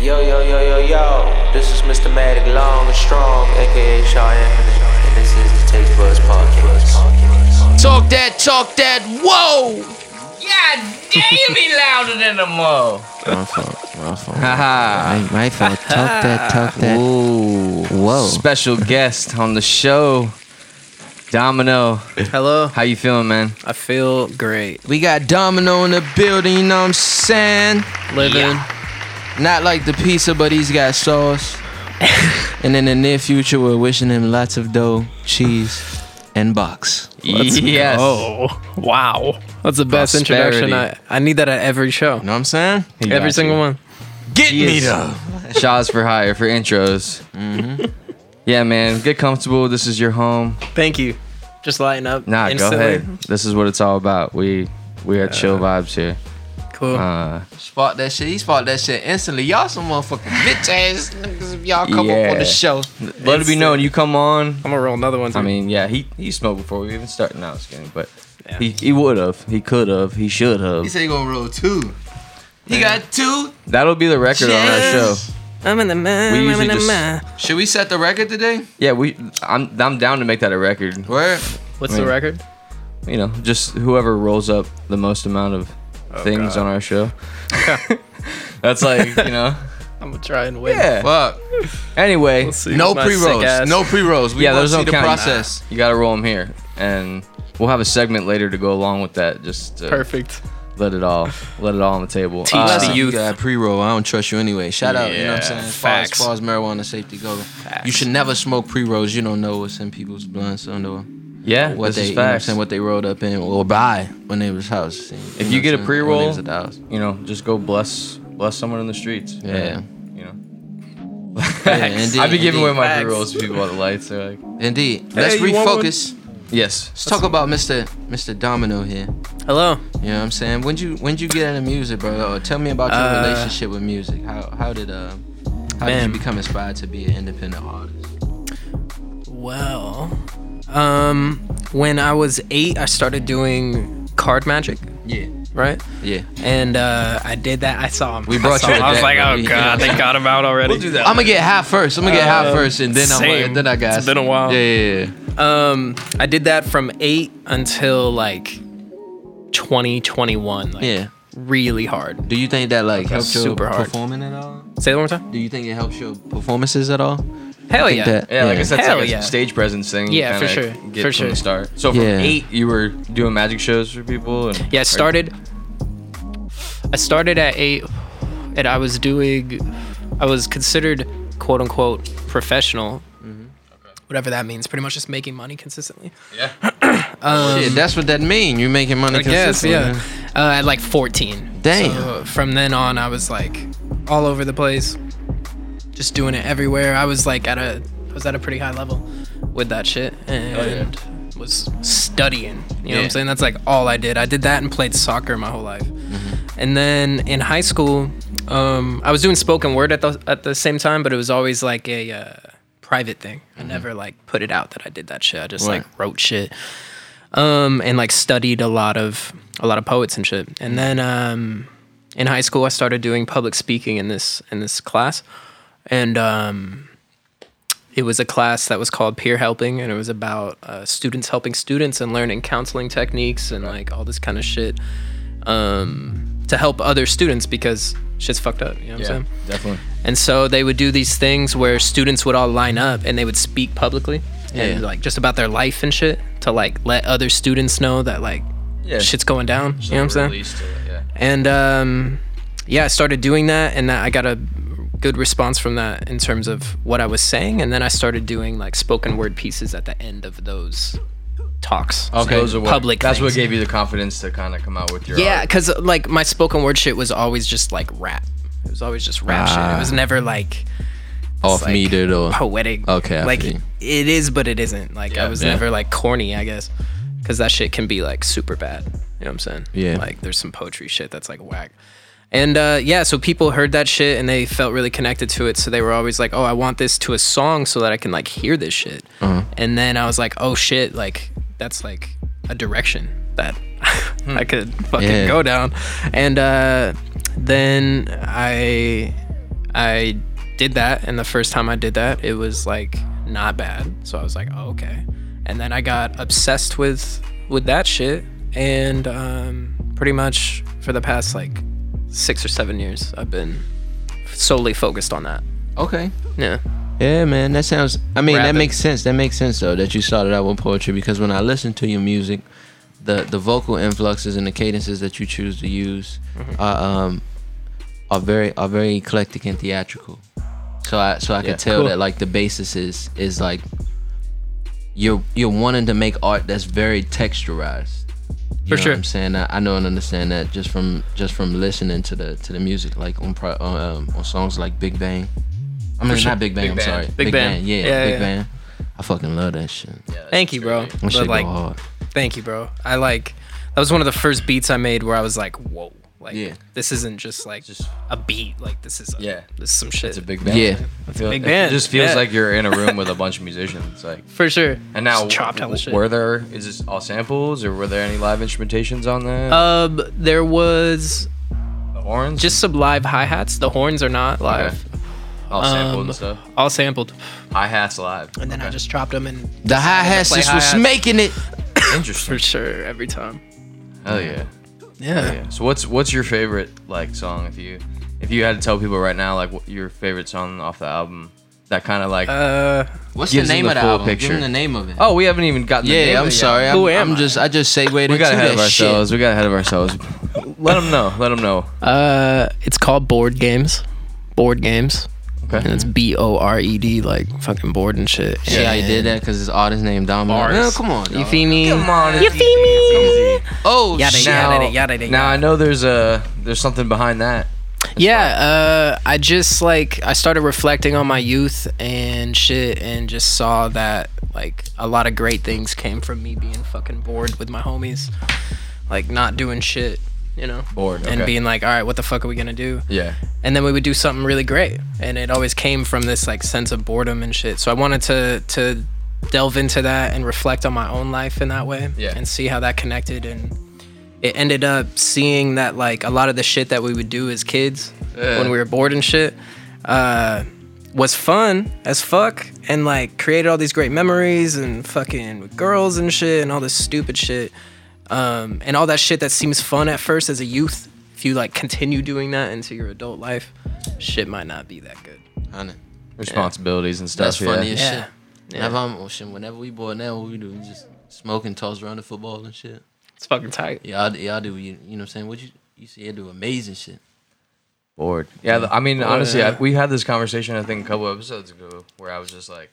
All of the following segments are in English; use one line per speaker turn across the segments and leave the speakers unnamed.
yo, yo, yo, yo. This is Mr. Matic Long and Strong, aka Shaw Infinite, and this is the Taste Buds Podcast.
Talk that, talk that, whoa!
God damn, he louder than the mo.
My fault. My fault.
Haha.
My, my fault. Talk that. Talk that.
Ooh.
Whoa.
Special guest on the show, Domino.
Hello.
How you feeling, man?
I feel great.
We got Domino in the building, you know what I'm saying?
Living.
Not like the pizza, but he's got sauce. and in the near future, we're wishing him lots of dough, cheese, and box. yes.
Oh, wow. That's the best
Prosperity.
introduction. I, I need that at every show.
You know what I'm saying?
every single one.
Get me though. Shots for hire for intros. Mm-hmm. Yeah, man. Get comfortable. This is your home.
Thank you. Just lighten up.
Nah,
instantly.
go ahead. This is what it's all about. We we had chill vibes here.
Cool.
Uh,
Spot that shit. He spot that shit instantly. Y'all some motherfucking bitch ass niggas if y'all come up on
Yeah.
the show.
let it be known you come on.
I'm gonna roll another one. Too.
I mean, yeah, he he smoked before we even started. Now it's kidding, but
Yeah.
he he would have, he could have, he should
He
have.
said he gonna roll two. He got two.
That'll be the record on our
Yes.
show.
I'm in the man.
We
I'm
usually
in the
just-
man.
Should we set the record today?
Yeah, we I'm I'm down to make that a record.
Where?
What's
Man.
the record?
You know, just whoever rolls up the most amount of things on our show. Oh, That's like you know.
I'm gonna try and win.
Yeah.
Fuck.
Anyway,
We'll see.
No
My
pre rolls.
sick ass.
No pre rolls. We
yeah,
yeah,
those
see
don't
the
count.
process.
You gotta roll them here, and we'll have a segment later to go along with that. Just to
Perfect.
let it all, let it all on the table.
Teach
Uh,
the
Listen, you got pre roll. I don't trust you anyway. Shout out. You know what I'm saying?
Yeah,
As far as,
facts.
far as marijuana safety goes, you should never smoke pre rolls. You don't know what's in people's blunts. You don't know
Yeah,
what
this
they
is
you know what, I'm
facts.
saying, what they rolled up in or buy when they was house.
If you get a pre-roll,
yeah,
you know, just go bless, bless someone in the streets.
Yeah.
And, you know.
indeed,
I've been giving
indeed,
away my
Facts.
pre rolls to people at the lights. They're like,
Indeed. Let's
you want one?
refocus.
yes.
Let's talk about Mr. Mr. Domino here.
Hello.
You know what I'm saying? When you when you get into music, bro? Or tell me about your
Uh,
relationship with music. How how did uh how
Man.
did you become inspired to be an independent artist?
Well, um, when I was eight, I started doing card magic.
Yeah.
Right.
Yeah.
And uh, I did that. I saw him.
We brought
I saw
you
him.
to
I was
that,
like,
bro.
oh
We-
god, they got him out already. We'll do that.
I'm gonna get high first. I'm gonna get high
Uh,
first, and then I'm
same.
then I got.
It's been a while.
Yeah, yeah, yeah.
Um, I did that from eight until like 2021. Like,
Yeah.
Really hard.
Do you think that like helped your
super hard.
performing at all?
Say that one more time.
Do you think it helps your performances at all?
Hell
think
yeah.
that-
Yeah, like I said, it's
Hell
like a
yeah.
stage presence thing.
Yeah, for
kinda
sure. For
Get from
sure.
the start. So from
Yeah.
eight, you were doing magic shows for people. And,
Yeah, I started. I started at eight, and I was doing. I was considered quote unquote professional.
Mm-hmm.
Whatever that means, pretty much just making money consistently.
Yeah.
Shit, that's what that mean. You making money
I guess,
consistently.
yeah. Uh, at like 14.
Damn.
So from then on, I was like all over the place, just doing it everywhere. I was like at a, I was at a pretty high level with that shit and was studying. You know what
Oh, Yeah.
I'm saying? That's like all I did. I did that and played soccer my whole life.
Mm-hmm.
And then in high school, um, I was doing spoken word at the at the same time, but it was always like a uh, private thing. I never like put it out that I did that shit. I just
Mm-hmm. Right.
like wrote shit um, and like studied a lot of a lot of poets and shit. And then um, in high school, I started doing public speaking in this in this class, and um, it was a class that was called peer helping, and it was about uh, students helping students and learning counseling techniques and like all this kind of shit um, to help other students because shit's fucked up. You know what
Yeah,
I'm saying?
definitely.
And so they would do these things where students would all line up and they would speak publicly and
Yeah.
like just about their life and shit to like let other students know that like
Yeah.
shit's going down. you know what I'm saying?
Released to it, yeah.
And um, yeah, I started doing that and that I got a good response from that in terms of what I was saying. And then I started doing like spoken word pieces at the end of those talks.
Okay. Those are what,
Public
That's what
things.
gave you the confidence to kind of come out with your.
Yeah,
art.
because like my spoken word shit was always just like rap. It was always just rap shit.
Ah.
It was never like
Off
like,
meter or
poetic.
Okay, I
like
feel you.
it is, but it isn't. Like I was
Yeah.
never like corny, I guess, because that shit can be like super bad. You know what I'm saying?
Yeah.
Like there's some poetry shit that's like whack. And uh, yeah, so people heard that shit and they felt really connected to it. So they were always like, "Oh, I want this to a song so that I can like hear this shit." And then I was like, "Oh shit! Like that's like a direction that I could fucking
Yeah.
go down." And uh, then I I did that, and the first time I did that, it was like not bad. So I was like, oh, okay. And then I got obsessed with with that shit, and um, pretty much for the past like six or seven years, I've been solely focused on that.
Okay.
Yeah.
Yeah, man, that sounds. I mean,
Rapping.
that makes sense. That makes sense though that you started out with poetry because when I listen to your music, the the vocal influxes and the cadences that you choose to use
Mm-hmm.
are um are very are very eclectic and theatrical. So I so I
Yeah,
could tell
cool.
that like the basis is is like you're you're wanting to make art that's very texturized. You
For
know
sure.
what I'm saying I, I know and understand that just from just from listening to the to the music like on pro, on, um, on songs like Big Bang. I mean,
sure.
not Big Bang.
Big
I'm
Bang.
sorry.
Big Bang.
Yeah,
Yeah,
Big
yeah.
Bang. I fucking love that shit.
Thank you, bro.
That
But,
shit
like,
go hard.
Thank you, bro. I like that was one of the first beats I made where I was like, whoa, like
Yeah.
this isn't just like
Just-
a beat. Like this is a,
Yeah.
this is some shit.
It's a big band.
Yeah.
It's
a big band.
It just feels
Yeah.
like you're in a room with a bunch of musicians. Like,
for sure.
and now,
Just chopped hella shit.
were there is this all samples or were there any live instrumentations on that?
Um, there was
the horns,
just some live hi hats. The horns are not live,
all sampled
um,
and stuff.
all sampled.
Hi hats live.
And then I
Okay.
just chopped them and
The hi hat
play
just was
hi-hats.
making it.
interesting.
for sure every time.
Hell yeah.
Yeah.
Yeah. So what's what's your favorite like song if you if you had to tell people right now like what your favorite song off the album that kind of like
Uh,
What's
Gives
the name
them the
of the
full
album?
picture.
Give him the name of it.
oh we haven't even gotten the name
yeah,
of
I'm
it yet.
sorry.
Who
I'm,
am
I'm
I?
just I just segued into
we got ahead
that
of
shit.
ourselves we got ahead of ourselves let them know let them know
uh, it's called board games. Board games.
okay
And it's B O R E D, like fucking board and shit.
See how you did that because his artist named Domino. No,
Bars.
come on,
You
dog.
feel me?
Come on,
You
it's
feel me?
Oh,
Yada,
shit.
yada.
now,
yada,
now I
yada.
know there's a there's something behind that
Yeah, uh, I just like I started reflecting on my youth and shit, and just saw that like a lot of great things came from me being fucking bored with my homies, like not doing shit, you know,
board
and being like, all right, what the fuck are we gonna do?
yeah
and then we would do something really great and it always came from this like sense of boredom and shit so i wanted to to delve into that and reflect on my own life in that way
Yeah.
and see how that connected and it ended up seeing that like a lot of the shit that we would do as kids
Yeah.
when we were bored and shit uh was fun as fuck and like created all these great memories and fucking with girls and shit and all this stupid shit um, and all that shit that seems fun at first as a youth if you like continue doing that into your adult life shit might not be that good
Honey,
responsibilities and stuff
That's
yeah.
funny as
Yeah.
shit. Whenever, I'm, oh, shit, whenever we bored now, what we do? We just smoke and toss around the football and shit.
it's fucking tight
Y'all, y'all do, you, you know what I'm saying? What you, you see, you do amazing shit.
bored. Yeah, th- I mean, honestly,
yeah.
I, we had this conversation I think a couple episodes ago where I was just like,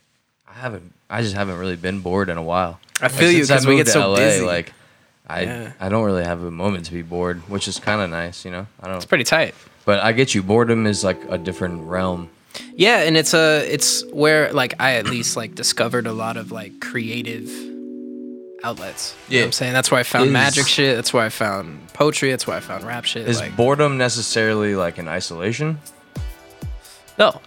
I haven't, I just haven't really been bored in a while.
I
Like,
feel you,
since I
'cause we
moved
get
to
so busy.
Like, I
Yeah.
I don't really have a moment to be bored, which is kind of nice, you know. I don't,
it's pretty tight
but I get you. Boredom is like a different realm.
yeah and it's a it's where like i at least like discovered a lot of like creative outlets you know what
Yeah.
i'm saying that's where i found
Is-
magic shit that's where i found poetry that's where i found rap shit
Is
like
boredom necessarily like an isolation?
no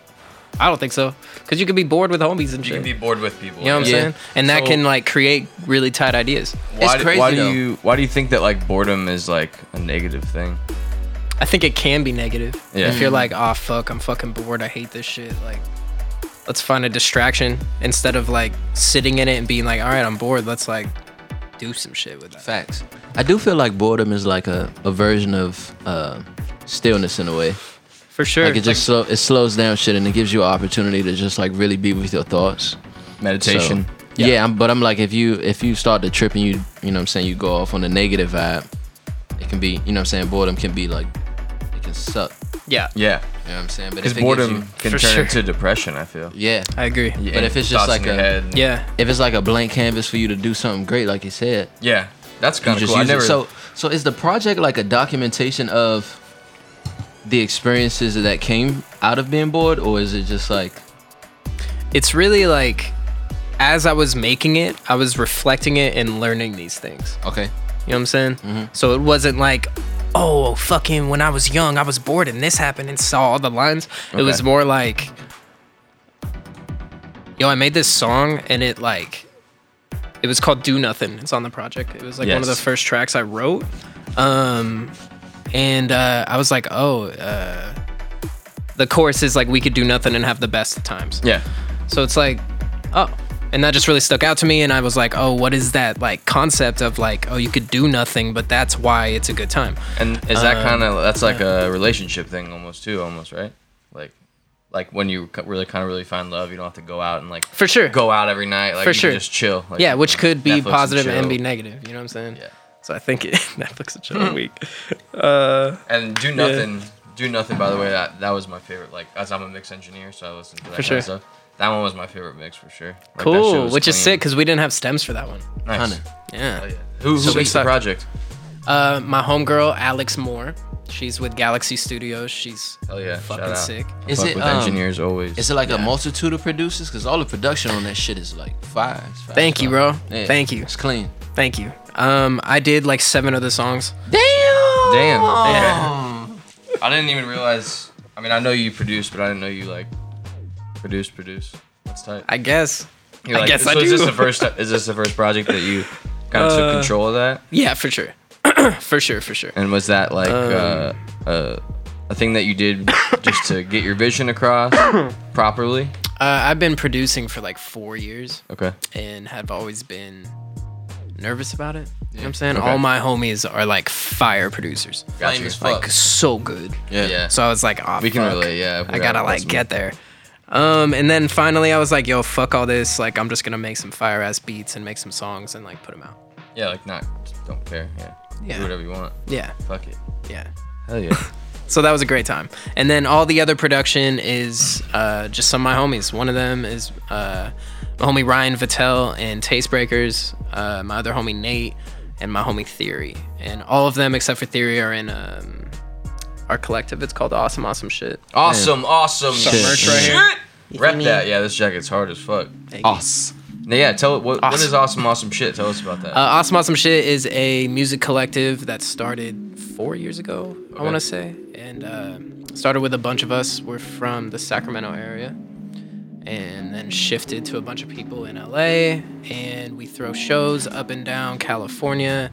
i don't think so because you could be bored with homies and shit
bored with people.
you know what I'm
Yeah.
saying? And that
So-
can like create really tight ideas.
Why,
It's
do- why
crazy, though.
do you why do you think that like boredom is like a negative thing?
I think it can be negative.
Yeah.
If you're like, oh fuck, I'm fucking bored. I hate this shit. Like, let's find a distraction instead of like sitting in it and being like, all right, I'm bored. Let's like do some shit with that.
Facts. I do feel like boredom is like a, a version of uh, stillness in a way.
For sure.
Like it just slow, it slows down shit and it gives you an opportunity to just like really be with your thoughts. So-
Meditation.
yeah, I'm, but I'm like if you if you start to trip and you you know what I'm saying you go off on a negative vibe, it can be you know what I'm saying boredom can be like it can suck.
yeah.
yeah.
You know what I'm saying? But
Because
if it gives
boredom
you-
can
For
turn
sure.
into depression. I feel.
yeah.
I agree.
Yeah,
But if it's just
thoughts in
like
your
a-
head.
Yeah.
If it's like a blank canvas for you to do something great, like you said,
yeah, that's
you
kind of
just
cool. I
use
never
it.
so
So so is the project like a documentation of the experiences that came out of being bored, or is it just like
It's really like as I was making it, I was reflecting it and learning these things.
okay?
You know what I'm saying?
Mm-hmm.
So it wasn't like, oh, fucking, when I was young, I was bored and this happened and saw all the lines. It was
Okay.
more like, yo, I made this song and it like, it was called Do Nothing. It's on the project. It was like one of the
Yes.
first tracks I wrote. Um, and uh, I was like, oh, uh, the chorus is like we could do nothing and have the best of times.
Yeah.
So it's like, oh. And that just really stuck out to me. And I was like, oh, what is that like concept of like, oh, you could do nothing, but that's why it's a good time.
And is that kind of that's like a relationship thing almost too, almost right? Like, like when you c- really kind of really find love, you don't have to go out and like
For sure.
go out every night. Like
For
you can
sure.
just chill. Like,
yeah, which could be
Netflix and
positive and,
chill.
be negative. You know what I'm saying?
Yeah.
So I think it, Netflix is chill week. Uh,
And do nothing. Do nothing. By the way, that that was my favorite. Like, as I'm a mix engineer, so I listen to that kind
sure.
of stuff. That one was my favorite mix for sure. Like, that shit
Cool,
was
which is
clean.
sick because we didn't have stems for that one.
Nice.
Kinda.
Yeah.
Oh, yeah. Who, who
So we
mixed the
suck.
project?
Uh, my homegirl, Alex Moore. She's with Galaxy Studios. She's
Oh yeah,
fucking
shout out.
sick.
Is
Fuck
it,
with
um,
engineers always?
Is it like a multitude of producers? Because all the production on that shit is like five.
Thank you, bro. Thank you.
It's clean.
Thank you. Um, I did like seven other songs.
Damn.
Damn.
Oh.
Yeah.
I didn't even realize. I mean, I know you produce, but I didn't know you like produce, produce. That's tight.
I guess.
You're
I guess I
Is this
do. Uh,
the first? Is this the first project that you kind of took control of that?
Yeah, for sure. for sure, for sure. Uh,
And was that like
Um,
uh, uh, a thing that you did just to get your vision across properly?
Uh, I've been producing for like four years
Okay.
and have always been nervous about it. You know what I'm saying?
Okay.
All my homies are like fire producers.
Flame as fuck.
Like so good.
yeah.
Yeah.
So I was like, oh,
we can
fuck.
relate. Yeah.
I gotta like get there. Um, and then finally I was like, yo, fuck all this. Like, I'm just gonna make some fire ass beats and make some songs and like put them out.
Yeah, like not. Don't care. Yeah.
Yeah.
Do whatever you want.
Yeah,
Fuck it.
yeah.
Hell yeah.
So that was a great time. And then all the other production is uh, just some of my homies. One of them is uh, my homie Ryan Vattel and Tastebreakers. Uh, my other homie Nate and my homie Theory. And all of them except for Theory are in um, our collective. It's called Awesome Awesome Shit.
Awesome. Awesome. Shit.
merch right here.
Rep that. Yeah, this jacket's hard as fuck.
Awesome.
Now, yeah, tell what what
Awesome.
is awesome, awesome shit. Tell us about that.
Uh, awesome Awesome Shit is a music collective that started four years ago, I
Okay.
want to say, and uh, started with a bunch of us. We're from the Sacramento area, and then shifted to a bunch of people in LA, and we throw shows up and down California,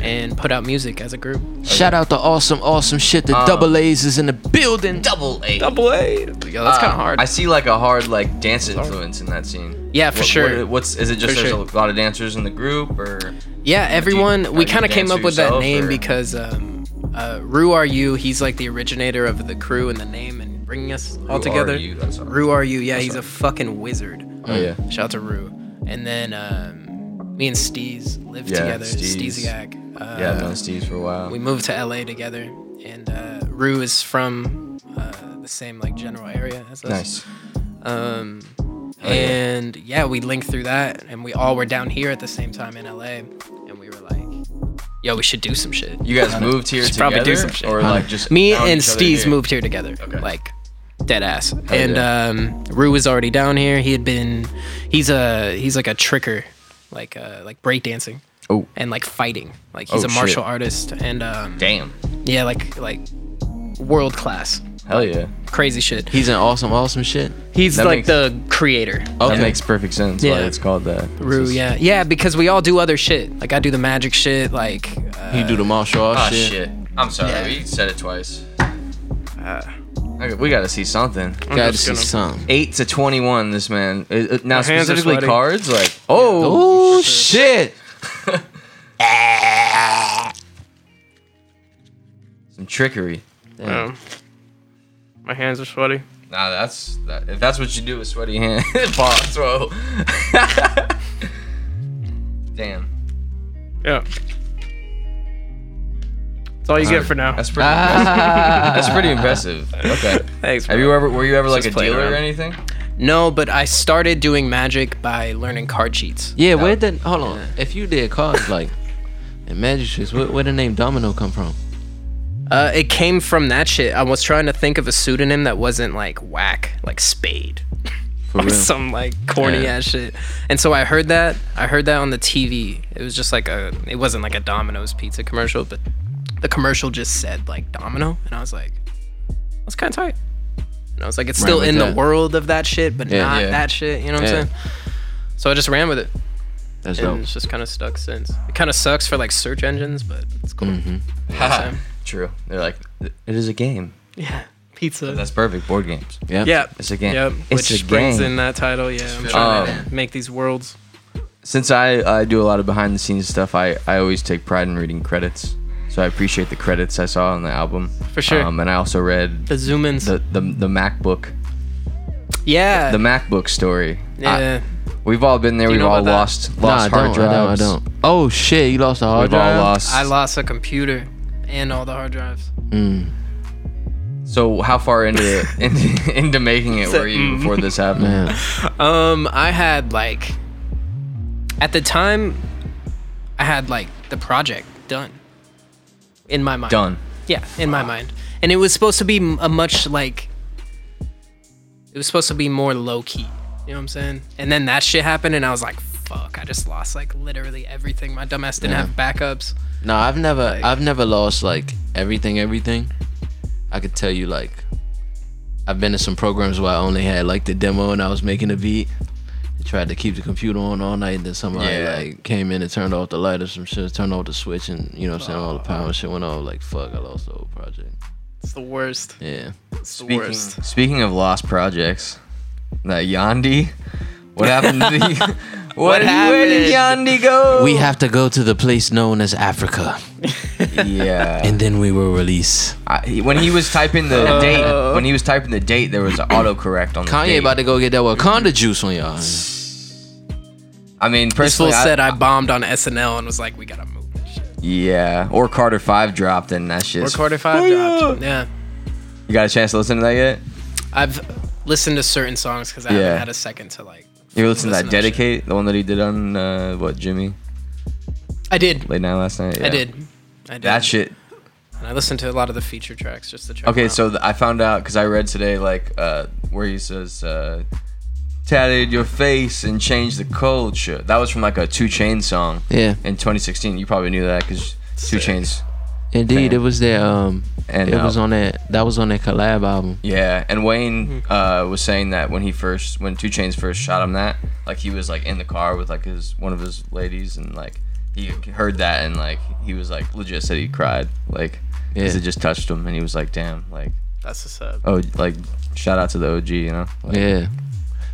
and put out music as a group.
Shout out to awesome, awesome shit. The
Um,
double A's is in the building.
Double A. Ah,
Double A. Yeah, that's kind of hard.
I see like a hard like dance influence in that scene.
Yeah, for
What-
sure.
what- what's is it? Just
For
there's
sure.
a lot of dancers in the group, or
Yeah, everyone.
how
we
do you
kind of
dance
came up
to
with that
yourself,
name
or-
because um, uh, Rue Are You, he's like the originator of the crew and the name and bringing us all
Are
together.
You, that's all.
Rue Are You, yeah, he's
all
a fucking wizard.
oh yeah,
Shout out to Rue. And then um, me and Steez lived
Yeah,
together,
Steez.
Steeziak. Uh,
yeah, I've known Steve for a while.
We moved to LA together, and uh, Rue is from uh, the same like general area as us.
nice.
Um,
Oh, yeah.
and yeah. we linked through that, and we all were down here at the same time in LA, and we were like, "Yo, we should do some shit."
You guys moved here
Should
together,
probably do some shit.
or like just
Me
found
and
each other
Steez
here?
moved here together,
Okay.
like dead ass. and
yeah.
um, Rue was already down here. He had been, he's a he's like a tricker, like uh, like breakdancing
Oh
and like fighting. Like he's
Oh,
a martial
shit.
artist, and um,
damn,
yeah, like like world class,
hell yeah,
crazy shit.
He's an awesome, awesome shit.
He's
That
like
makes-
the creator.
that
Okay.
makes perfect sense. Yeah,
Yeah.
it's called that. It's
Rue,
just-
yeah, yeah, because we all do other shit. Like I do the magic shit. Like uh,
He do the martial arts
Ah
shit.
shit. I'm sorry,
Yeah.
we said it twice. Ah. Okay, we got to see something.
Gotta
just
see
gonna-
something.
Eight to twenty-one. This man Uh, uh, now
hands are
specifically
sweaty.
cards. Like oh,
Oh shit!
some trickery.
um, my hands are sweaty.
Nah, that's that, if that's what you do with sweaty hand box, bro. Damn.
Yeah. That's all you get for now.
That's pretty. That's, that's pretty impressive. Okay.
Thanks.
Have you ever? Were you ever like a
Just playing
dealer
around.
or anything?
No, but I started doing magic by learning card cheats.
Yeah, where did hold on? If you did cards like and magic tricks, where, where the name Domino come from?
Uh, it came from that shit. I was trying to think of a pseudonym that wasn't like whack, like Spade,
For real.
some like corny
Yeah.
ass shit. And so I heard that. I heard that on the TV. It was just like a. It wasn't like a Domino's pizza commercial, but the commercial just said like Domino, and I was like, that's kind of tight. And I was like, it's still
with
in
that.
the world of that shit, but
Yeah.
not
Yeah.
that shit. You know what
Yeah.
I'm saying? So I just ran with it,
That's
and
dope.
it's just kind of stuck since. It kind of sucks for like search
Mm-hmm.
engines, but it's cool.
Haha. True. They're like, it is a game.
Yeah. Pizza.
That's perfect. Board games.
Yeah.
yep.
It's a game.
Yep.
It's
Which
a
brings
game.
in that title. Yeah. I'm
Um,
trying to make these worlds.
Since I, I do a lot of behind the scenes stuff, I, I always take pride in reading credits. So I appreciate the credits I saw on the album.
For sure.
Um, and I also read
The zoom ins.
the, the, the MacBook
yeah.
the MacBook story.
yeah.
I- we've all been there.
you
We've
know
all
about that?
lost
Nah,
lost
I
hard
don't, I don't. I
drives.
don't. Oh shit! You lost a hard
We've
drive.
all lost.
I lost a computer and all the hard drives.
Mm,
So how far into into, into making it were you before this happened?
mm. man.
Um, I had like, at the time, I had like the project done. In my mind.
Done.
Yeah, in my mind, and it was supposed to be m- a much like. It was supposed to be more low key. You know what I'm saying? And then that shit happened, and I was like, "Fuck!" I just lost like literally everything. My dumbass didn't
Yeah.
have backups.
No, I've never
Like-
I've never lost like everything everything. I could tell you like I've been in some programs where I only had like the demo and I was making a beat. I tried to keep the computer on all night and then somebody
Yeah.
like came in and turned off the light or some shit, turned off the switch and you know what I'm saying, all the power and shit went off like fuck, I lost the whole project.
It's the worst.
Yeah.
It's the
Speaking,
worst.
speaking of lost projects, that Yandi, what happened to the? What, Where did Yandi go?
We have to go to the place known as Africa.
yeah.
And then we will release.
I, he- when he was typing the date, when he was typing the date, there was an autocorrect on the
Kanye
date.
about to go get that Wakanda juice on y'all.
I mean,
This fool
personally, I-
said I bombed on SNL and was like, "We gotta move this shit."
yeah. Or Carter Five dropped, and that shit.
Or quarter five dropped. Yeah.
You got a chance to listen to that yet?
I've listened to certain songs because I
Yeah.
haven't had a second to like.
You ever listen to
Listen
that
to that shit.
dedicate, the one that he did on uh, what Jimmy
I did.
late night last night.
I
Yeah.
did. I did.
That shit.
And I listened to a lot of the feature tracks just to check.
Okay,
them out.
so th- I found out because I read today, like uh, where he says, uh, "Tatted your face and change the culture." That was from like a Two Chain song
Yeah.
in 2016. You probably knew that because Two Chains.
Indeed,
Fam.
it was their um
And
it
uh,
was on that that was on their collab album.
Yeah, and Wayne uh, was saying that when he first, when Two Chains first shot him that, like he was like in the car with like his one of his ladies, and like he heard that, and like he was like legit said he cried, like 'cause
Yeah.
it just touched him, and he was like, damn, like
that's what's up.
oh, like shout out to the OG, you know? Like,
Yeah.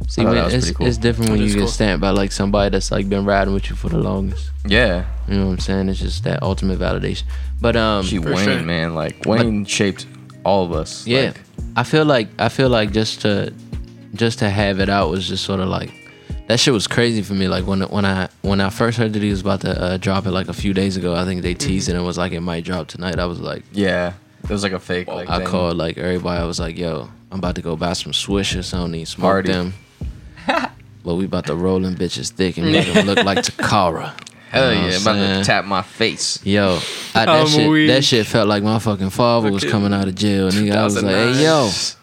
See,
thought that
man,
was
it's,
pretty cool.
it's different when
That
you
is
get
cool.
stamped by like somebody that's like been riding with you for the longest.
yeah.
You know what I'm saying? It's just that ultimate validation. But um,
Gee, Wayne,
sure.
man, like Wayne shaped all of us.
yeah,
like,
I feel like I feel like just to just to have it out was just sort of like that shit was crazy for me. Like when when I when I first heard that he was about to uh, drop it like a few days ago, I think they
Mm-hmm.
teased it and was like it might drop tonight. I was like,
yeah. It was like a fake. Like,
I
thing.
called like everybody. I was like, "Yo, I'm about to go buy some swishers. I don't need smoke
Party.
them." but we about to roll them bitches thick and make them look like Takara.
Hell
You know
yeah,
what
I'm
I'm
about to
saying?
tap my face.
Yo, I, that
I'm
shit
weak.
that shit felt like my fucking father was coming out of jail. Nigga, I was like, "Hey, yo,
2009.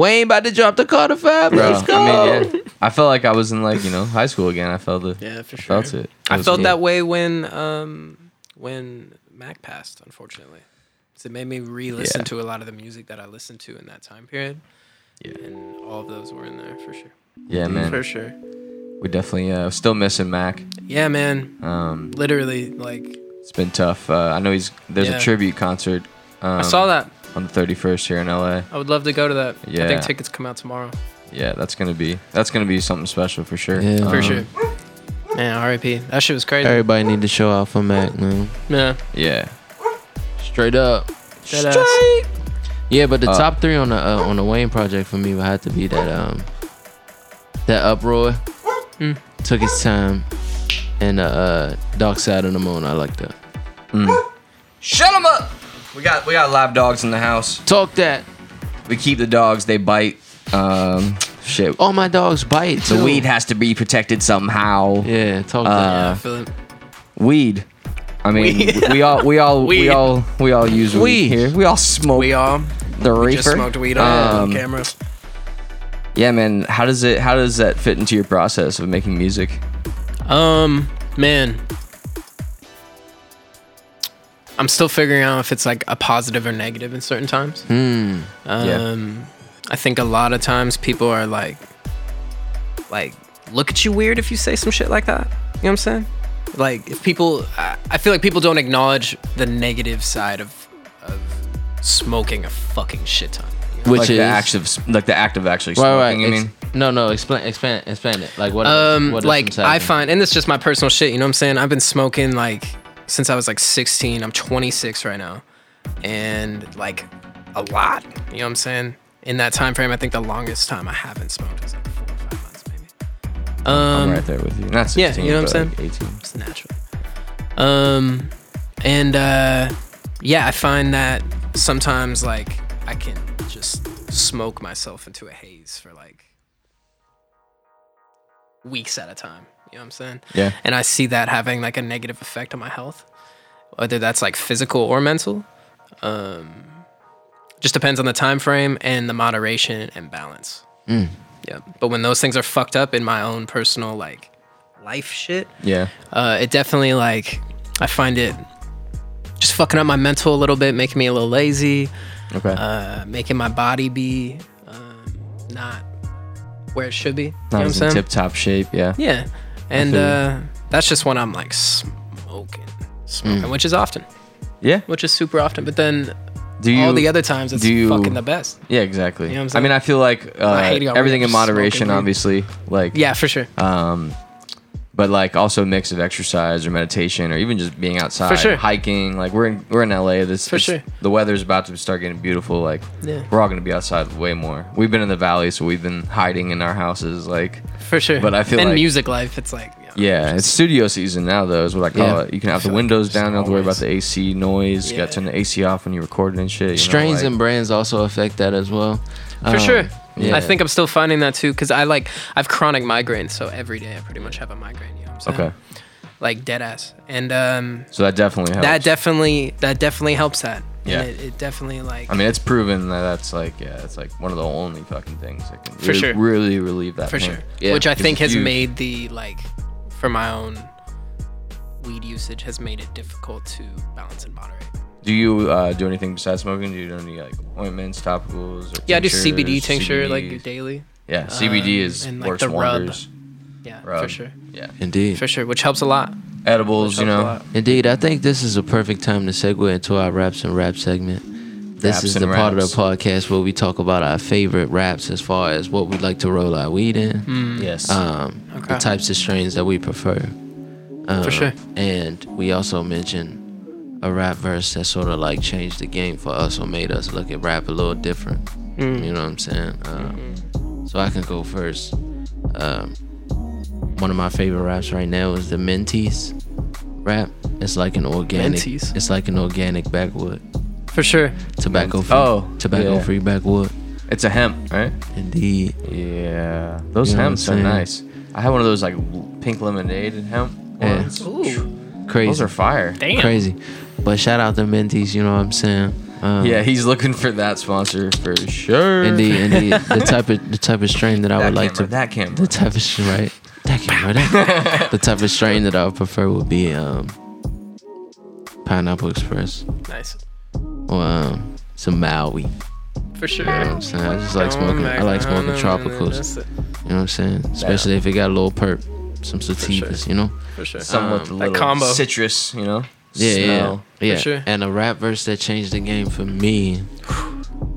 Wayne about to drop the Carter Five.
Bro,
Let's go."
I mean, yeah, I felt like I was in like you know high school again. I felt it.
Yeah, for sure.
Felt it.
I felt
yeah.
that way when um when Mac passed, unfortunately. 'Cause it made me re-listen
Yeah.
to a lot of the music that I listened to in that time period. And all of those were in there for sure.
Yeah,
For
man.
sure.
We definitely uh, still missing Mac.
Yeah, man.
Um,
Literally, like
it's been tough. Uh, I know he's there's
Yeah.
a tribute concert. Um,
I saw that.
on the 31st here in LA.
I would love to go to that. I
Yeah.
think tickets come out tomorrow.
Yeah, that's gonna be that's gonna be something special for sure.
Yeah. For
For
Um,
sure. Man, R.I.P. That shit was crazy.
Everybody need to show out for Mac, man.
Yeah.
Yeah.
Straight up.
Dead ass.
Yeah, but the
Uh,
top three on the uh, on the Wayne project for me would have to be that um that uproar Hmm. took its time and uh, uh dark side of the moon. I like that.
Shut him up. We got we got live dogs in the house.
Talk that.
We keep the dogs. They bite. Um, shit.
Oh,
All my dogs bite.
the
too.
weed has to be protected somehow.
Yeah, talk
Yeah, I
that.
feel it.
Weed. I mean, we, all we all we
Weed.
all we all use weed,
Weed.
here. We all smoke
We all
the reefer.
just smoked weed on
Um,
camera.
Yeah, man. How does it? How does that fit into your process of making music?
Um, man. I'm still figuring out if it's like a positive or negative in certain times.
Hmm?
Um, I think a lot of times people are like, like, look at you weird if you say some shit like that. You know what I'm saying? Like, if people, I, I feel like people don't acknowledge the negative side of, of smoking a fucking shit ton. You know
Uh, Which
like
is
the act of s- like the act of actually smoking.
right, right.
I mean,
Ex- no, no. Explain, expand, expand it. Like what? are-
Um,
what are
like
some
I
side-
find, and it's just my personal shit. You know what I'm saying? I've been smoking like since I was like 16. I'm 26 right now, and like a lot. You know what I'm saying? In that time frame, I think the longest time I haven't smoked is like four or five months, maybe. Um,
I'm right there with you. Not
yeah,
16,
you know what
but
I'm
like 18.
it's natural. Um, and uh, yeah, I find that sometimes like I can just smoke myself into a haze for like weeks at a time. You know what I'm saying?
Yeah.
And I see that having like a negative effect on my health, whether that's like physical or mental. Um, just depends on the time frame and the moderation and balance. Yeah. But when those things are fucked up in my own personal like life shit,
Yeah.
uh, it definitely like I find it just fucking up my mental a little bit, making me a little lazy,
Okay.
uh, making my body be um, not where it should be. You know
Not
what I'm
as in
saying?
tip top shape. Yeah.
Yeah, and
feel you.
uh, that's just when I'm like smoking, smoking,
Mm.
which is often,
Yeah.
which is super often. But then
Do you
all the other times, it's
do you-
fucking the best.
Yeah, exactly.
know what I'm
I
saying?
mean, I feel like uh,
hate it already,
everything in
just smoking
moderation,
weed.
obviously. Like
Yeah, for sure.
Uh, but like also a mix of exercise or meditation or even just being outside
For sure.
hiking like we're in we're in LA this
For
it's-
sure.
the weather's about to start getting beautiful like
Yeah.
we're all going to be outside way more we've been in the valley so we've been hiding in our houses like
for sure.
but I feel
and
like-
music life, it's like you know,
yeah it's studio season now though is what I call
Yeah.
it you can have the windows down you don't have to worry about the AC noise you got
Yeah.
to turn the AC off when you're recording and shit you know,
strains
like-
and brands also affect that as well.
for
Oh,
Um,
sure.
yeah.
I think I'm still finding that too because I like I have chronic migraines, so every day I pretty much have a migraine. You know what I'm saying?
okay
Like dead ass, and um,
so that definitely helps
that definitely that definitely helps that.
Yeah.
and it, it definitely like
I mean, it's proven that that's like, yeah, it's like one of the only fucking things that can
For
re-
sure.
really relieve that
for
pain.
sure,
Yeah,
which I
it's
think has
huge.
made the like for my own weed usage has made it difficult to balance and moderate.
Do you uh, do anything besides smoking? Do you do any like ointments, topicals? Or
Yeah, I do
tinctures,
CBD tincture
CBDs?
like daily.
yeah, CBD is
and, like,
works
the rub.
wonders.
Yeah, for
Rub.
sure,
Yeah,
Indeed.
for sure, which helps a lot.
edibles. You
Helps a
know,
lot.
Indeed, I think this is a perfect time to segue into our raps and rap segment. This
Raps
is
and
the part of the
raps.
podcast where we talk about our favorite raps as far as what we like to roll our weed in,
Hmm.
Mm.
yes.
um,
Okay.
the types of strains that we prefer. Um,
sure.
And we also mention a rap verse that sort of like changed the game for us or made us look at rap a little different.
Mm.
You know what I'm saying? Um,
Mm-hmm.
So I can go first. Um, one of my favorite raps right now is the Mentees rap. It's like an organic.
Mentees?
It's like an organic backwood.
For sure,
Tobacco
Ment-
free.
oh,
tobacco
yeah.
free backwood.
it's a hemp, right?
Indeed.
Yeah, those
You know what
hemps
I'm saying?
are nice. I had one of those like l- pink lemonade and hemp.
Yeah.
ones.
Crazy.
Those are fire.
Damn.
crazy. But shout out to Mentees. You know what I'm saying? Um,
Yeah, he's looking for that sponsor for sure.
Indeed, indeed. The type of the type of strain that I
That
would like
camera,
to
that camera.
the type of sh- right that camera, that- the type of strain that I would prefer would be um pineapple express
nice.
or um some Maui. You
For sure. Oh
know what I'm saying? I just like smoking. I like smoking tropicals. You know what I'm saying? Especially if it got a little perp, some sativas. You know?
For sure.
Some with a
Um, that
little
combo.
citrus, you know.
Yeah, yeah,
Smell.
yeah.
sure.
And a rap verse that changed the game for me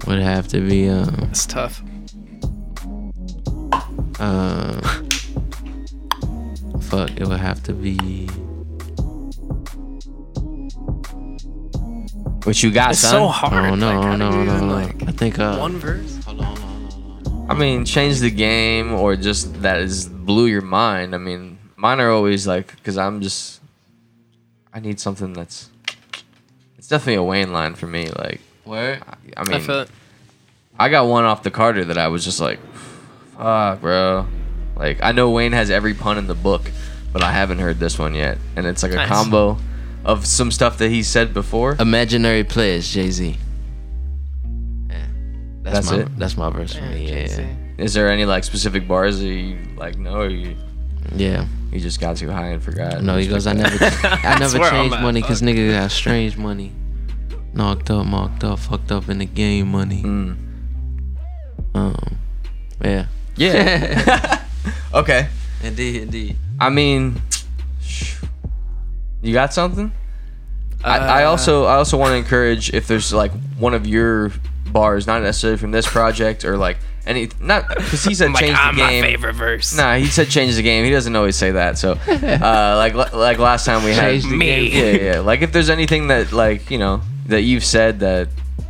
would have to be um
That's tough.
Um, fuck, it would have to be.
What you got,
It's
son?
so hard.
Oh no,
like, how
no,
do
no,
you
no,
even,
no.
like,
I think uh,
one verse.
I mean, change the game or just that is blew your mind. I mean, mine are always like because I'm just I need something that's it's definitely a Wayne line for me. Like,
word.
I
I
mean,
feel it.
I got one off the Carter that I was just like, fuck, bro. Like, I know Wayne has every pun in the book, but I haven't heard this one yet, and it's like a
Nice.
combo of some stuff that he said before.
Imaginary players, Jay Z. Yeah,
That's
my,
it?
That's my verse for me. Yeah,
Is there any like specific bars that you like know, or you
yeah.
you just got too high and forgot?
No, he goes. I never, I never
swear on
changed
that.
money because nigga got strange money. Knocked up, marked up, fucked up in the game, money.
Mm.
Um, yeah.
Yeah. okay.
Indeed, indeed.
I mean, sh- you got
Uh,
something? I, I also I also want to encourage if there's like one of your bars, not necessarily from this project or like any not because he said
I'm like,
change
ah,
the game.
my favorite verse.
Nah, he said change the game. He doesn't always say that. So, uh, like like last time we had
Change the
Me.
Yeah, yeah. Like if there's anything that like you know that you've said that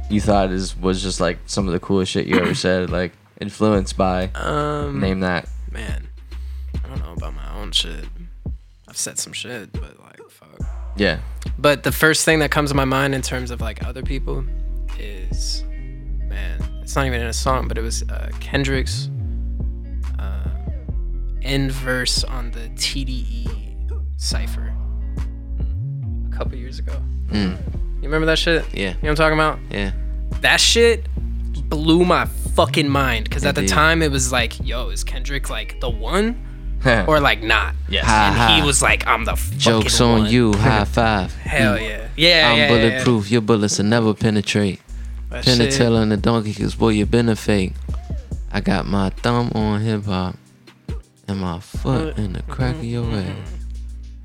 you thought is was just like some of the coolest shit you ever said, like influenced by,
Um,
name that.
man, I don't know about my own shit. I've said some shit, but like, fuck.
Yeah.
But the first thing that comes to my mind in terms of like other people is, man, it's not even in a song, but it was uh, Kendrick's uh, end verse on the TDE cipher a couple years ago.
Hmm.
Mm.
You remember that shit?
Yeah.
You know what I'm talking about?
Yeah.
that shit blew my fucking mind because at the
Indeed.
time it was like, yo, is Kendrick like the one or like not?
yes.
Ha
And
ha.
he was like, I'm the fucking
Jokes on
one.
you. High five. Mm.
Hell yeah, yeah,
I'm
yeah, yeah,
bulletproof. Your bullets will never penetrate.
Yeah. That shit.
Penatella and the donkey, cause boy, you been a fake. I got my thumb on hip hop and my foot in the crack of your
Mm-hmm.
ass.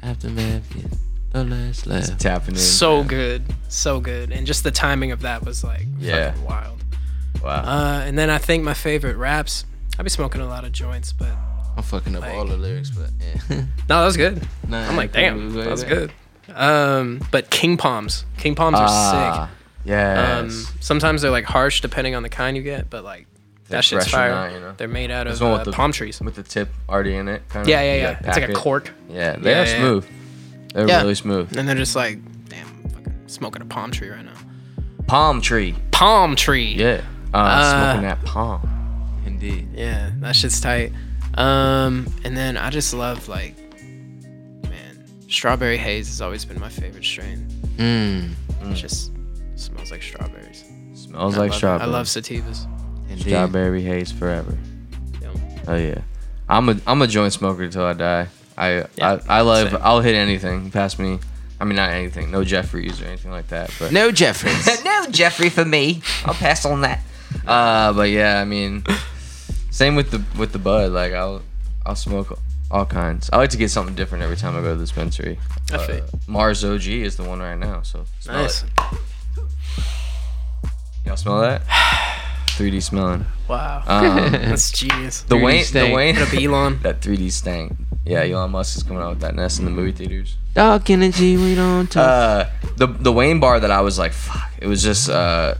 Aftermath, yeah, the last laugh.
Tapping in.
So good, so good, and just the timing of that was like
Yeah.
fucking wild.
wow.
Uh, and then I think my favorite raps. I've been smoking a lot of joints, but
I'm fucking up all the lyrics, but yeah.
no, that was good.
Nah,
I'm like,
yeah,
damn,
pretty
that was good. Um, but King Palms, King Palms are sick.
Ah,
Um,
Yes.
sometimes they're like harsh depending on the kind you get, but like that shit's
fresh or
fire.
not, you know?
They're made out
There's
of
one with
uh,
the-
palm trees.
With the tip already in it. Kind
Yeah, yeah,
You
yeah.
gotta
It's like
pack
a
it.
cork,
Yeah, they
Yeah,
are
yeah.
smooth. They're
Yeah.
really smooth.
and they're just like, damn, I'm fucking smoking a palm tree right now.
Palm tree.
Palm tree.
Yeah. Uh,
Uh,
smoking that palm.
Indeed.
Yeah, that shit's tight. Um, and then I just love like, man, strawberry haze has always been my favorite strain.
Mm,
It just smells like strawberries.
Smells
I
like
love it.
strawberry.
I love sativas.
indeed.
strawberry haze forever.
Yum.
Oh yeah. I'm a I'm a joint smoker till I die. I
Yeah,
I, I love
same.
I'll hit anything. Pass me. I mean not anything. No Jeffries or anything like that. But
No Jeffries.
no Jeffrey for me. I'll pass on that. Uh, but yeah, I mean, same with the with the bud. Like I'll I'll smoke all kinds. I like to get something different every time I go to the dispensary.
I feel you.
Mars OG is the one right now. So smell
Nice.
Uh, it. Y'all smell that? 3D smelling.
Wow.
Um,
That's genius.
the
3D
Wayne. The
stank.
Wayne.
What up, Elon?
that 3D stank. Yeah, Elon Musk is coming out with that nest in the movie theaters.
Dark energy, we don't talk.
Uh, the the Wayne bar that I was like, fuck. It was just uh,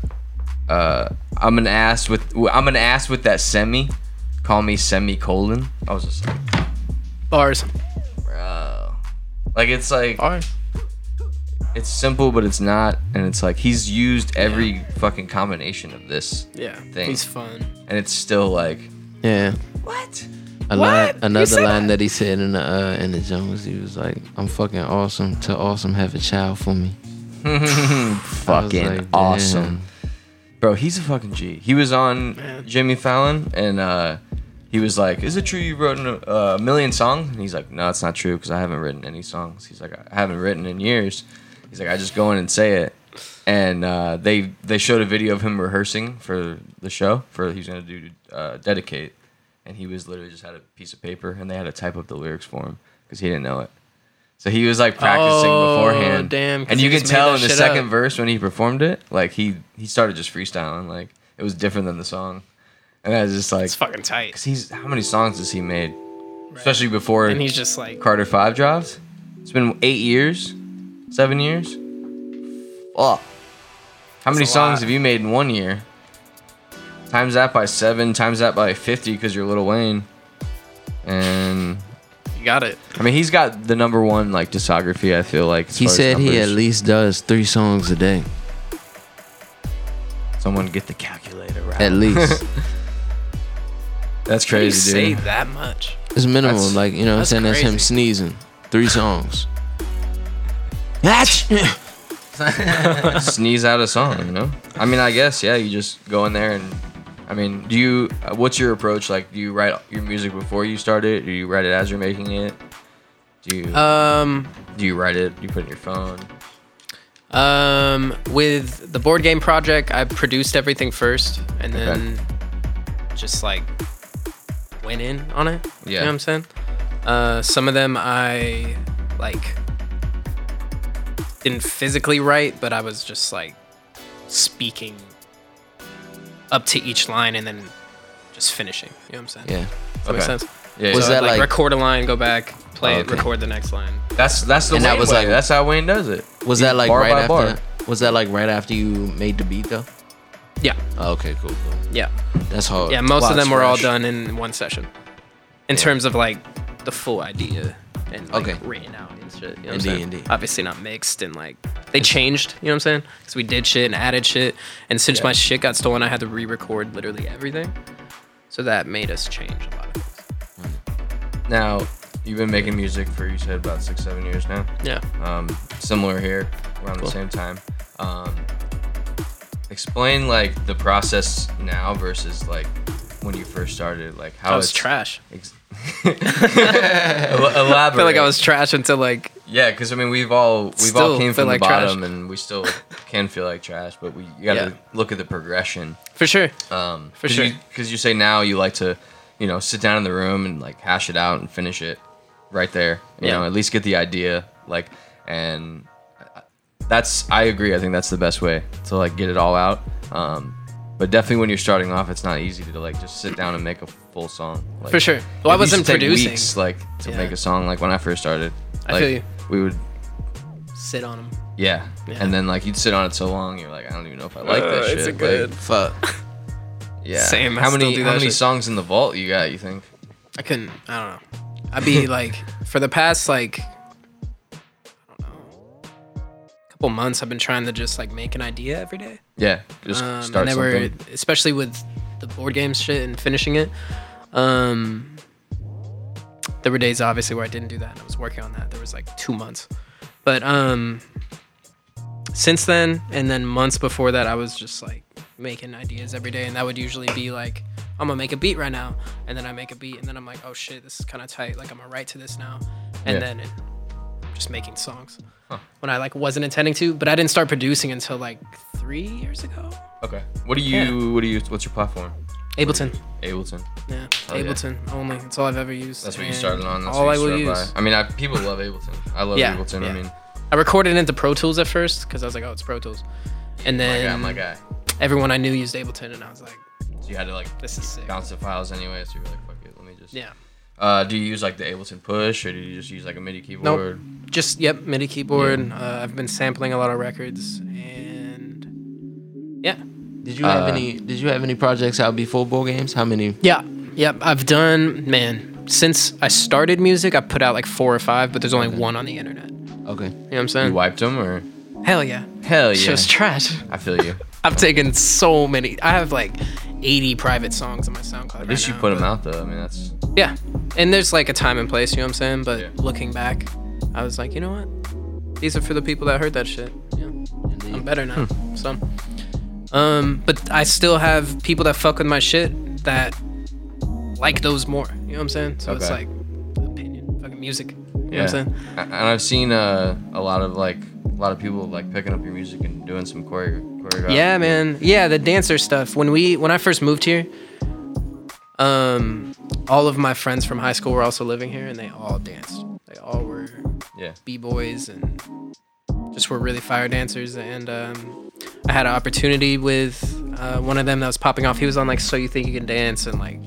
uh, I'm an ass with I'm an ass with that semi. Call me semicolon. I was just like,
Bars.
bro. Like it's like
Bars.
it's simple, but it's not, and it's like he's used every fucking combination of this,
Yeah.
Thing.
He's fun.
and it's still like
yeah.
what?
A
What?
line,
You
another
said
line that he said in the uh, in the Jones, he was like, "I'm fucking awesome. To awesome, have a child for me."
fucking
like,
awesome. Bro, he's a fucking G. He was on Jimmy Fallon and uh, he was like, Is it true you wrote a uh, million songs? And he's like, No, it's not true because I haven't written any songs. He's like, I haven't written in years. He's like, I just go in and say it. And uh, they they showed a video of him rehearsing for the show for he was gonna do uh, dedicate, and he was literally just had a piece of paper and they had to type up the lyrics for him because he didn't know it. So he was like practicing
Oh,
beforehand.
damn, 'cause
And
he
you can
just made
tell
that
in the
shit
second
up.
verse when he performed it, like he he started just freestyling, like it was different than the song. And I was just like,
It's fucking tight.
'cause he's how many songs has he made? Especially before
And he's just like,
Carter Five dropped. It's been eight years, seven years. Oh, how many
a lot.
songs have you made in one year? Times that by seven, times that by fifty, because you're Little Wayne. And
you got it.
I mean, he's got the number one like discography. I feel like as
He
far as
said he at
numbers.
least does three songs a day,
someone get the calculator right.
at least.
That's
You
crazy,
say
dude.
that much.
It's minimal,
That's-
like you know, what I'm
that's
saying that's him
crazy.
sneezing. Three songs. That's
Sneeze out a song, you know? I mean, I guess yeah. You just go in there and, I mean, do you? uh, What's your approach? Like, do you write your music before you start it? Do you write it as you're making it? Do you
Uh,
Um,
do you write it? Do you put it in your phone?
um, with the board game project, I produced everything first, and
Okay.
then just like went in on it. You
Yeah.
know what I'm saying? Uh, some of them I like didn't physically write, but I was just like speaking up to each line and then just finishing. You know what I'm saying?
Yeah.
Does that make
Okay.
sense?
Yeah,
Was
yeah.
So
that
I'd, like,
like-
record a line, go back, play
Oh,
it,
okay.
record the next line.
that's that's the
And that
Wayne
was
way.
like-
that's how Wayne does it.
Was
He-
that like
bar
right
by
after?
bar.
Was that like right after you made the beat though?
Yeah,
Oh, okay, cool, cool.
yeah,
That's hard.
yeah. Most
Wow,
of
it's
them were all
fresh.
done in one session, in terms of like the full idea and like
Okay.
written out and shit. You know what I'm
Indeed,
saying?
indeed.
Obviously not mixed and like they changed. You know what I'm saying? Because we did shit and added shit, and since my shit got stolen, I had to re-record literally everything. So that made us change a lot. Of things.
Now, you've been making music for you said about six, seven years now.
Yeah.
Um, similar here, around the same time. Um, explain like the process now versus like when you first started. Like how
I was
it's-
trash.
Ex- El- elaborate.
I feel like I was trash until like
Yeah, because I mean, we've all we've
Still
all came
feel
from
like
the
trash.
bottom, and we still can feel like trash. But we you gotta
Yeah.
look at the progression.
for sure.
Um,
For
cause
sure.
Because you, say now you like to, you know, sit down in the room and like hash it out and finish it right there. You
Yeah.
know, at least get the idea. Like, and uh, that's I agree. I think that's the best way to like get it all out. Um, but definitely when you're starting off, it's not easy to like just sit down and make a full song. Like,
For sure. Well,
it
I
used
wasn't
to take
producing.
Weeks, like to
Yeah.
make a song. Like when I first started,
I
like,
feel you.
We would
Sit on them.
yeah.
Yeah.
And then like you'd sit on it so long, you're like, I don't even know if I like
Uh,
this shit.
it's a
Like,
good.
Fuck.
yeah.
Same, I
How
still
many
do
how
that
many
shit.
songs in the vault you got? You think?
I couldn't. I don't know. I'd be like, for the past like, I don't know, couple months, I've been trying to just like make an idea every day.
Yeah. Just
Um,
start
and they were,
something.
especially with the board game shit and finishing it. Um, there were days obviously where I didn't do that. And I was working on that. There was like two months, but um, since then, and then months before that, I was just like making ideas every day, and that would usually be like, I'm gonna make a beat right now, and then I make a beat, and then I'm like, oh shit, this is kind of tight. Like I'm gonna write to this now, and
Yeah.
then it, just making songs. When I like wasn't intending to, but I didn't start producing until like three years ago.
Okay. What do you what do you what's your platform?
Ableton.
Ableton.
Yeah,
Oh, yeah.
Ableton only. That's all I've ever used.
That's what you
and
started on. That's
all
what
I
you
will
started
use.
By. I mean, I, people love Ableton. I love
Yeah,
Ableton.
yeah.
I mean,
I recorded into Pro Tools at first because I was like, oh, it's Pro Tools, and
my
then
guy, my guy.
everyone I knew used Ableton, and I was like,
So you had to like
this is sick.
bounce the files anyway. So you're like, fuck it, let me just.
Yeah.
Uh, do you use like the Ableton push or do you just use like a MIDI keyboard?
Just yep, MIDI keyboard. Uh, I've been sampling a lot of records, and yeah,
Did you have
Uh,
any? Did you have any projects out before board games? How many?
yeah, yep. I've done man since I started music. I put out like four or five, but there's only one on the internet. You know
Okay.
what I'm
You
saying?
wiped them or?
Hell yeah.
Hell
Shit
yeah.
was trash.
I feel you.
I've taken so many. I have like 80 private songs on my SoundCloud.
At least you put them out though. I mean, that's
Yeah. And there's like a time and place, you know what I'm saying? But
Yeah.
looking back, I was like, you know what? These are for the people that heard that shit. Yeah. I'm better now.
Hmm.
So, um, but I still have people that fuck with my shit that like those more. You know what I'm saying? So it's
Okay.
like opinion, fucking music. You know what I'm saying?
A- And I've seen uh, a lot of like a lot of people like picking up your music and doing some choreo- choreography.
Yeah, man. Yeah, the dancer stuff. When we when I first moved here, um, all of my friends from high school were also living here, and they all danced. They all were
Yeah.
b boys and just were really fire dancers. And um, I had an opportunity with uh, one of them that was popping off. He was on like So You Think You Can Dance and like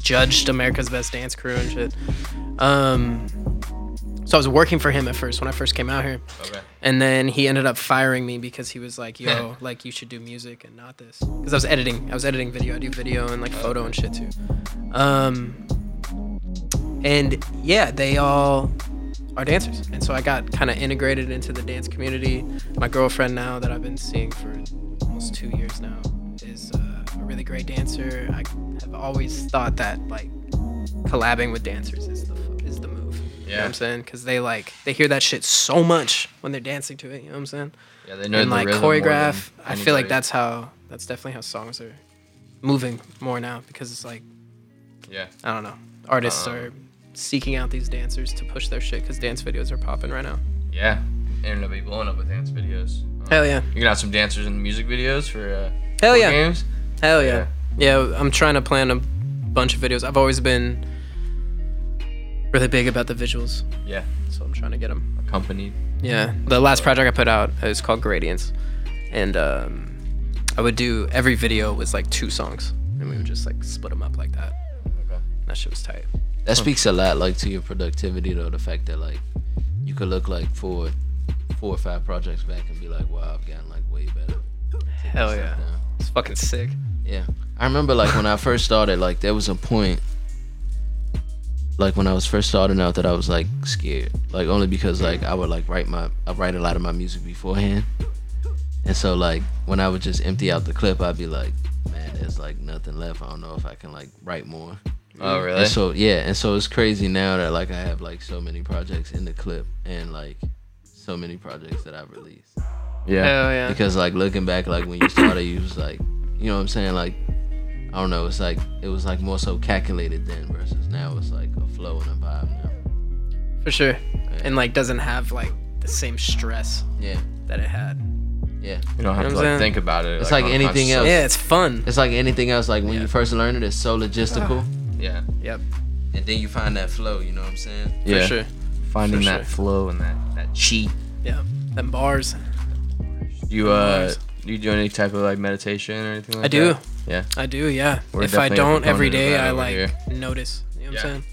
judged America's Best Dance Crew and shit. Um, so I was working for him at first when I first came out here.
Okay.
And then he ended up firing me because he was like, "Yo, like you should do music and not this." Because I was editing, I was editing video. I do video and like photo and shit too. Um, and yeah, they all are dancers, and so I got kind of integrated into the dance community. My girlfriend now that I've been seeing for almost two years now is uh, a really great dancer. I have always thought that like collabing with dancers is the is the move. You know what
Yeah.
I'm saying? Because they like they hear that shit so much when they're dancing to it. You know what I'm saying?
Yeah, they know
and
the
like
rhythm more than
choreograph. I feel like
anybody.
that's how that's definitely how songs are moving more now because it's like
Yeah.
I don't know artists
Uh-huh.
are seeking out these dancers to push their shit because dance videos are popping right now.
Yeah. And it'll be blowing up with dance videos. Um,
Hell yeah!
You can have some dancers in the music videos for uh,
Hell
board
yeah!
games.
Hell yeah. yeah! I'm trying to plan a bunch of videos. I've always been really big about the visuals,
Yeah.
so I'm trying to get them.
Accompanied.
Yeah, the last project I put out is called Gradients, and um, I would do every video was like two songs, and we would just like split them up like that. That shit was tight.
That speaks a lot, like to your productivity, though. The fact that like you could look like four, four or five projects back and be like, wow, I've gotten like way better.
Hell yeah, it's fucking sick.
Yeah. I remember like when I first started, like there was a point like when I was first starting out that I was like scared. Like only because like I would like write my I write a lot of my music beforehand. And so like when I would just empty out the clip, I'd be like, Man, there's like nothing left. I don't know if I can like write more.
Oh really?
And so yeah, and so it's crazy now that like I have like so many projects in the clip and like so many projects that I've released.
yeah.
yeah.
Because like looking back, like when you started, you was like, you know what I'm saying? Like, I don't know. It's like it was like more so calculated then versus now. It's like a flow and a vibe now.
For sure. And like doesn't have like the same stress
Yeah,
that it had.
yeah.
You know
You don't have to
what I'm
like
saying?
think about it.
It's like
on a
anything
conscious-
else.
Yeah, it's fun.
It's like anything else. Like when you first learn it, it's so logistical,
Yeah.
Yep.
and then you find that flow. You know what I'm saying?
Yeah.
For sure.
Finding
For
that
sure.
flow and that that cheat.
Yeah. Them bars.
You uh, you do any type of like meditation or anything like
I do.
that? Yeah.
I do, yeah.
We're
if I
definitely a
don't every
proponent of
day
that
I
over
like
here.
notice. You know what
Yeah.
I'm saying?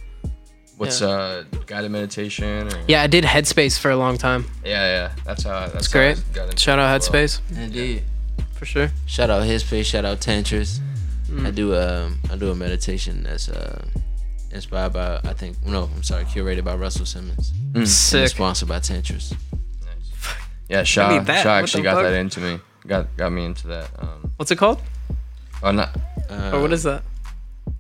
What's uh guided meditation or?
Yeah, I did Headspace for a long time.
Yeah, yeah. That's how. That's Mm,
It's
how I
great.
got into
Shout
it
out
as well.
Headspace
Indeed.
for sure.
Shout out his face. Shout out Tantris. I do um I do a meditation that's uh inspired by I think no I'm sorry curated by Russell Simmons. And
Sick.
sponsored by Tantris.
Nice. Yeah, Shaw,
need that.
Shaw
What
actually
the
got
fuck?
that into me. Got got me into that. Um,
What's it called?
oh, not.
Uh,
Or what is that?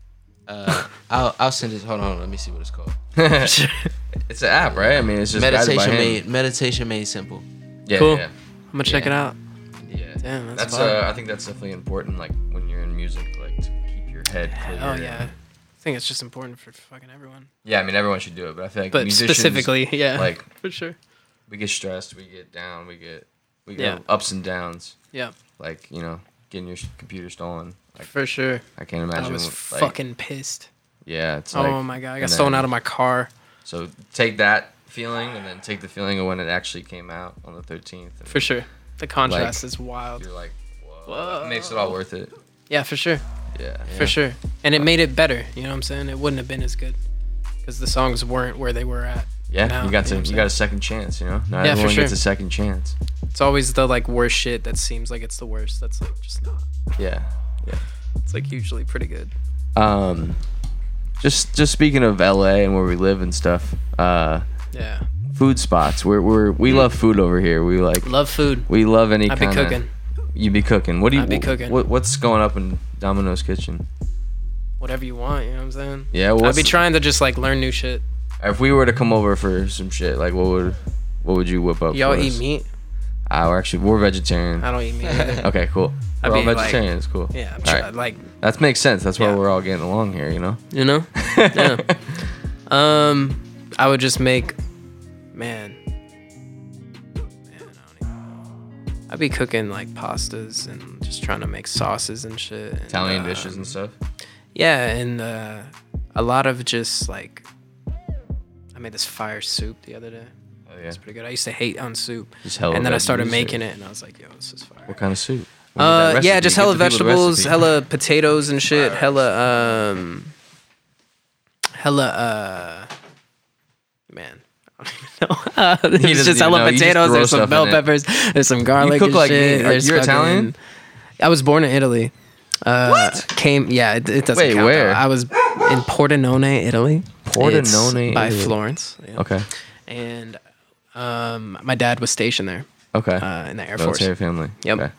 Uh, I'll I'll send it. Hold on, let me see what it's called.
it's an app, right? I mean, it's just guided by
meditation
him.
made meditation made simple.
Yeah,
Cool.
yeah,
I'm gonna check it out.
yeah.
Damn, that's
that's
fire.
uh, I think that's definitely important. Like when you're in music, like to keep your head clear.
Oh yeah. I think it's just important for fucking everyone.
Yeah, I mean everyone should do it, but I feel like
But
musicians,
specifically, yeah.
like
for sure.
we get stressed, we get down, we get we get
Yeah.
ups and downs.
Yeah.
Like you know, getting your s- computer stolen. Like
For sure.
I can't
I
imagine.
was
what, like,
fucking pissed.
Yeah, it's like.
Oh my god, I got
and
stolen
then-
out of my car.
So take that feeling and then take the feeling of when it actually came out on the 13th. And
For sure. The contrast is wild.
You're like, whoa. It makes it all worth it.
Yeah, for sure.
Yeah.
For sure. And it made it better, you know what I'm saying? It wouldn't have been as good cuz the songs weren't where they were at.
Yeah,
Now,
you got
you know
to
what I'm
you got a second chance, you know. Not
Yeah, for
everyone gets
sure.
a second chance.
It's always the like worst shit that seems like it's the worst. That's like just not.
Yeah.
It's like usually pretty good.
Um, just just speaking of LA and where we live and stuff, uh,
Yeah.
food spots. We're we're
Mm.
we love food over here. We like
Love food.
we love any
I've been
kind of.
cooking.
You be cooking. What do you
I be cooking.
What, what's going up in Domino's kitchen?
Whatever you want, you know what I'm saying?
Yeah, well,
I'll be trying to just like learn new shit.
If we were to come over for some shit, like what would what would you whip up?
Y'all
for
eat
us?
meat?
Ah, we're actually we're vegetarian.
I don't eat meat. Either.
Okay, cool.
I
we're all
mean, like-
vegetarians. cool.
Yeah, I'm
All
sure,
right.
like
That makes sense. That's why
Yeah.
we're all getting along here. You know.
you know yeah um i would just make man man i don't even know i'd be cooking like pastas and just trying to make sauces and shit and,
Italian
uh,
dishes and stuff.
yeah and uh a lot of just like i made this fire soup the other day
Oh yeah.
it's pretty good i used to hate on soup
Just hella
and then i
veggies
started
or-
making it and i was like yo this is fire
What kind of soup? We need that
uh, yeah,
recipe.
just
Get
hella
the people the
vegetables,
recipe.
hella potatoes and shit, hella um, hella uh, man. I don't even know. it's
doesn't
just
even
hella
know. You just
potatoes.
throw
There's
stuff
some
in
bell
it.
peppers. There's some garlic.
cook
and
like me.
shit.
Are-
there's
you're Italian?
I was born in Italy. Uh, what? Came? Yeah, it, it doesn't
Wait,
count.
where?
though. I was in Pordenone, Italy.
Pordenone,
It's by
Italy.
Florence. yeah.
Okay.
And um, my dad was stationed there
Okay.
uh, in the Air Force.
Military family.
Yep.
Okay.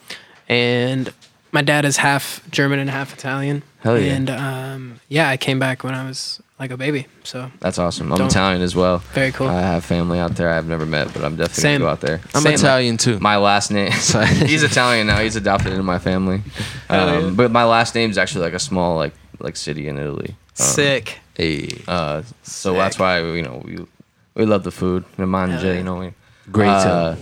And my dad is half German and half Italian.
Hell yeah.
And um, yeah, I came back when I was like a baby. So
That's awesome. I'm
Don't-
Italian as well.
Very cool.
I have family out there I've never met, but I'm definitely
Same.
gonna go out there.
I'm
Same.
Italian too.
My last name. he's Italian now. He's adopted into my family.
Oh,
Um, But my last name's actually like a small like like city in Italy. Um,
sick.
hey,
Uh, so that's
Sick.
why you know we we love the food, the manja,
yeah.
you know. We,
great.
uh,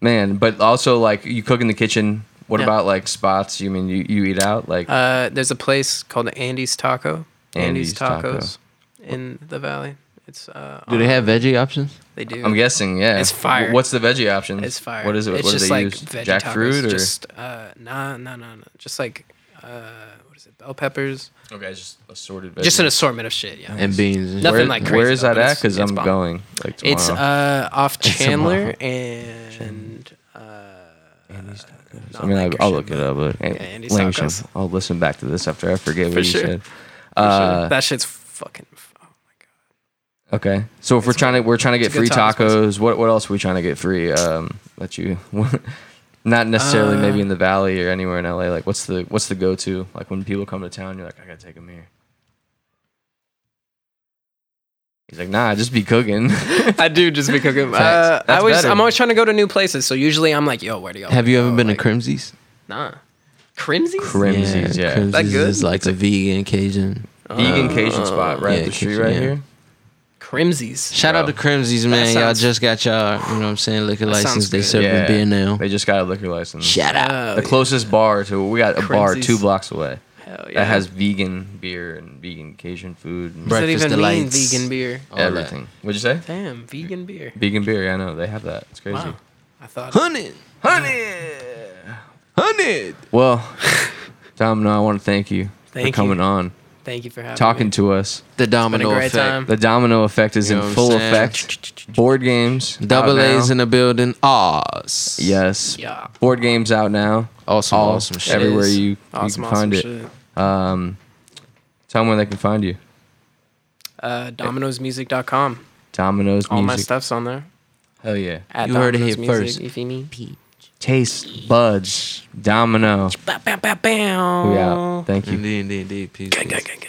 man, but also like you cook in the kitchen. What
Yeah.
about like spots? You mean you, you eat out like
Uh, there's a place called Andy's Taco.
Andy's Taco.
Tacos in the Valley. It's uh.
Do they have veggie options?
They do.
I'm guessing, yeah.
It's fire.
What's the veggie option?
It's fire.
What is it?
It's
what
just
do they
like
use?
veggie
Jackfruit
tacos,
or
just uh nah nah nah nah. Just like uh what is it? Bell peppers.
okay, it's just assorted.
Just an
veggies.
assortment of shit. Yeah.
And beans. and-
Nothing
Where-
like crazy
Where is
though,
that
but
at?
it's-
Because
it's
I'm
bomb.
going like tomorrow.
It's uh off
It's a
Chandler
mile.
and uh
I mean, I, I'll look it up. But
Yeah, Andy's
Lancashire.
tacos.
I'll listen back to this after I forget what
For
you
sure.
said. Uh,
that shit's fucking oh my
okay, so if we're trying to we're trying to get
a
free
good taco
tacos, what what else are we trying to get free? Um, that you, not
Uh,
necessarily maybe in the valley or anywhere in LA. Like, what's the what's the go to? Like when people come to town, you're like, I gotta take them here. He's like, nah, just be cooking.
god. I do just be cooking. Uh,
Facts.
I
That's
always
better.
I'm always trying to go to new places. So usually I'm like, yo, where do you
Have you ever been
like,
to Crimsey's?
Nah. Crimsey's?
Crimsey's, yeah.
Crimsey's
That good?
is like a vegan Cajun.
Oh.
Vegan Cajun spot right
Uh, yeah,
up the street
Cajun,
right
yeah.
here.
Crimsey's.
Shout out
Bro.
to Crimsey's, man. Y'all
sounds-
just got y'all, you know what I'm saying, liquor
That sounds
license. They
good.
serving beer now.
They just got a liquor license.
Shout out.
Oh,
the closest bar to we got a bar
Crimsey's.
two blocks away
hell yeah.
that has vegan beer and vegan Cajun food and
What does
breakfast
that even mean
delights.
vegan beer?
All that.
everything. What'd you say?
Damn, vegan beer.
Vegan beer. Yeah, I know they have that. It's crazy.
Wow. I thought
Hundred. Hundred. Hundred.
Well, Tom, no, I want to thank you for
Thank
coming
you.
on,
Thank you for having
talking
me.
to us.
The domino
great
effect.
time.
The domino effect is
You know
in
what
full
I'm saying?
effect. Board games.
Double A's
and
in the building. Oz.
yes.
Yeah.
Board games out now.
Awesome.
All
awesome shit.
everywhere you, you
awesome,
can
awesome
find it.
shit.
Um, tell them where they can find you.
Uh, Domino'sMusic.com.
Domino's
All my
music.
stuff's on there.
Hell yeah.
At
You heard it
Domino's
here
Music,
first.
If you need.
Taste buds. Domino.
Ba, ba, ba, bam.
We out. Thank you.
Indeed, indeed, indeed. Peace.
Gang,
peace.
gang, gang, gang.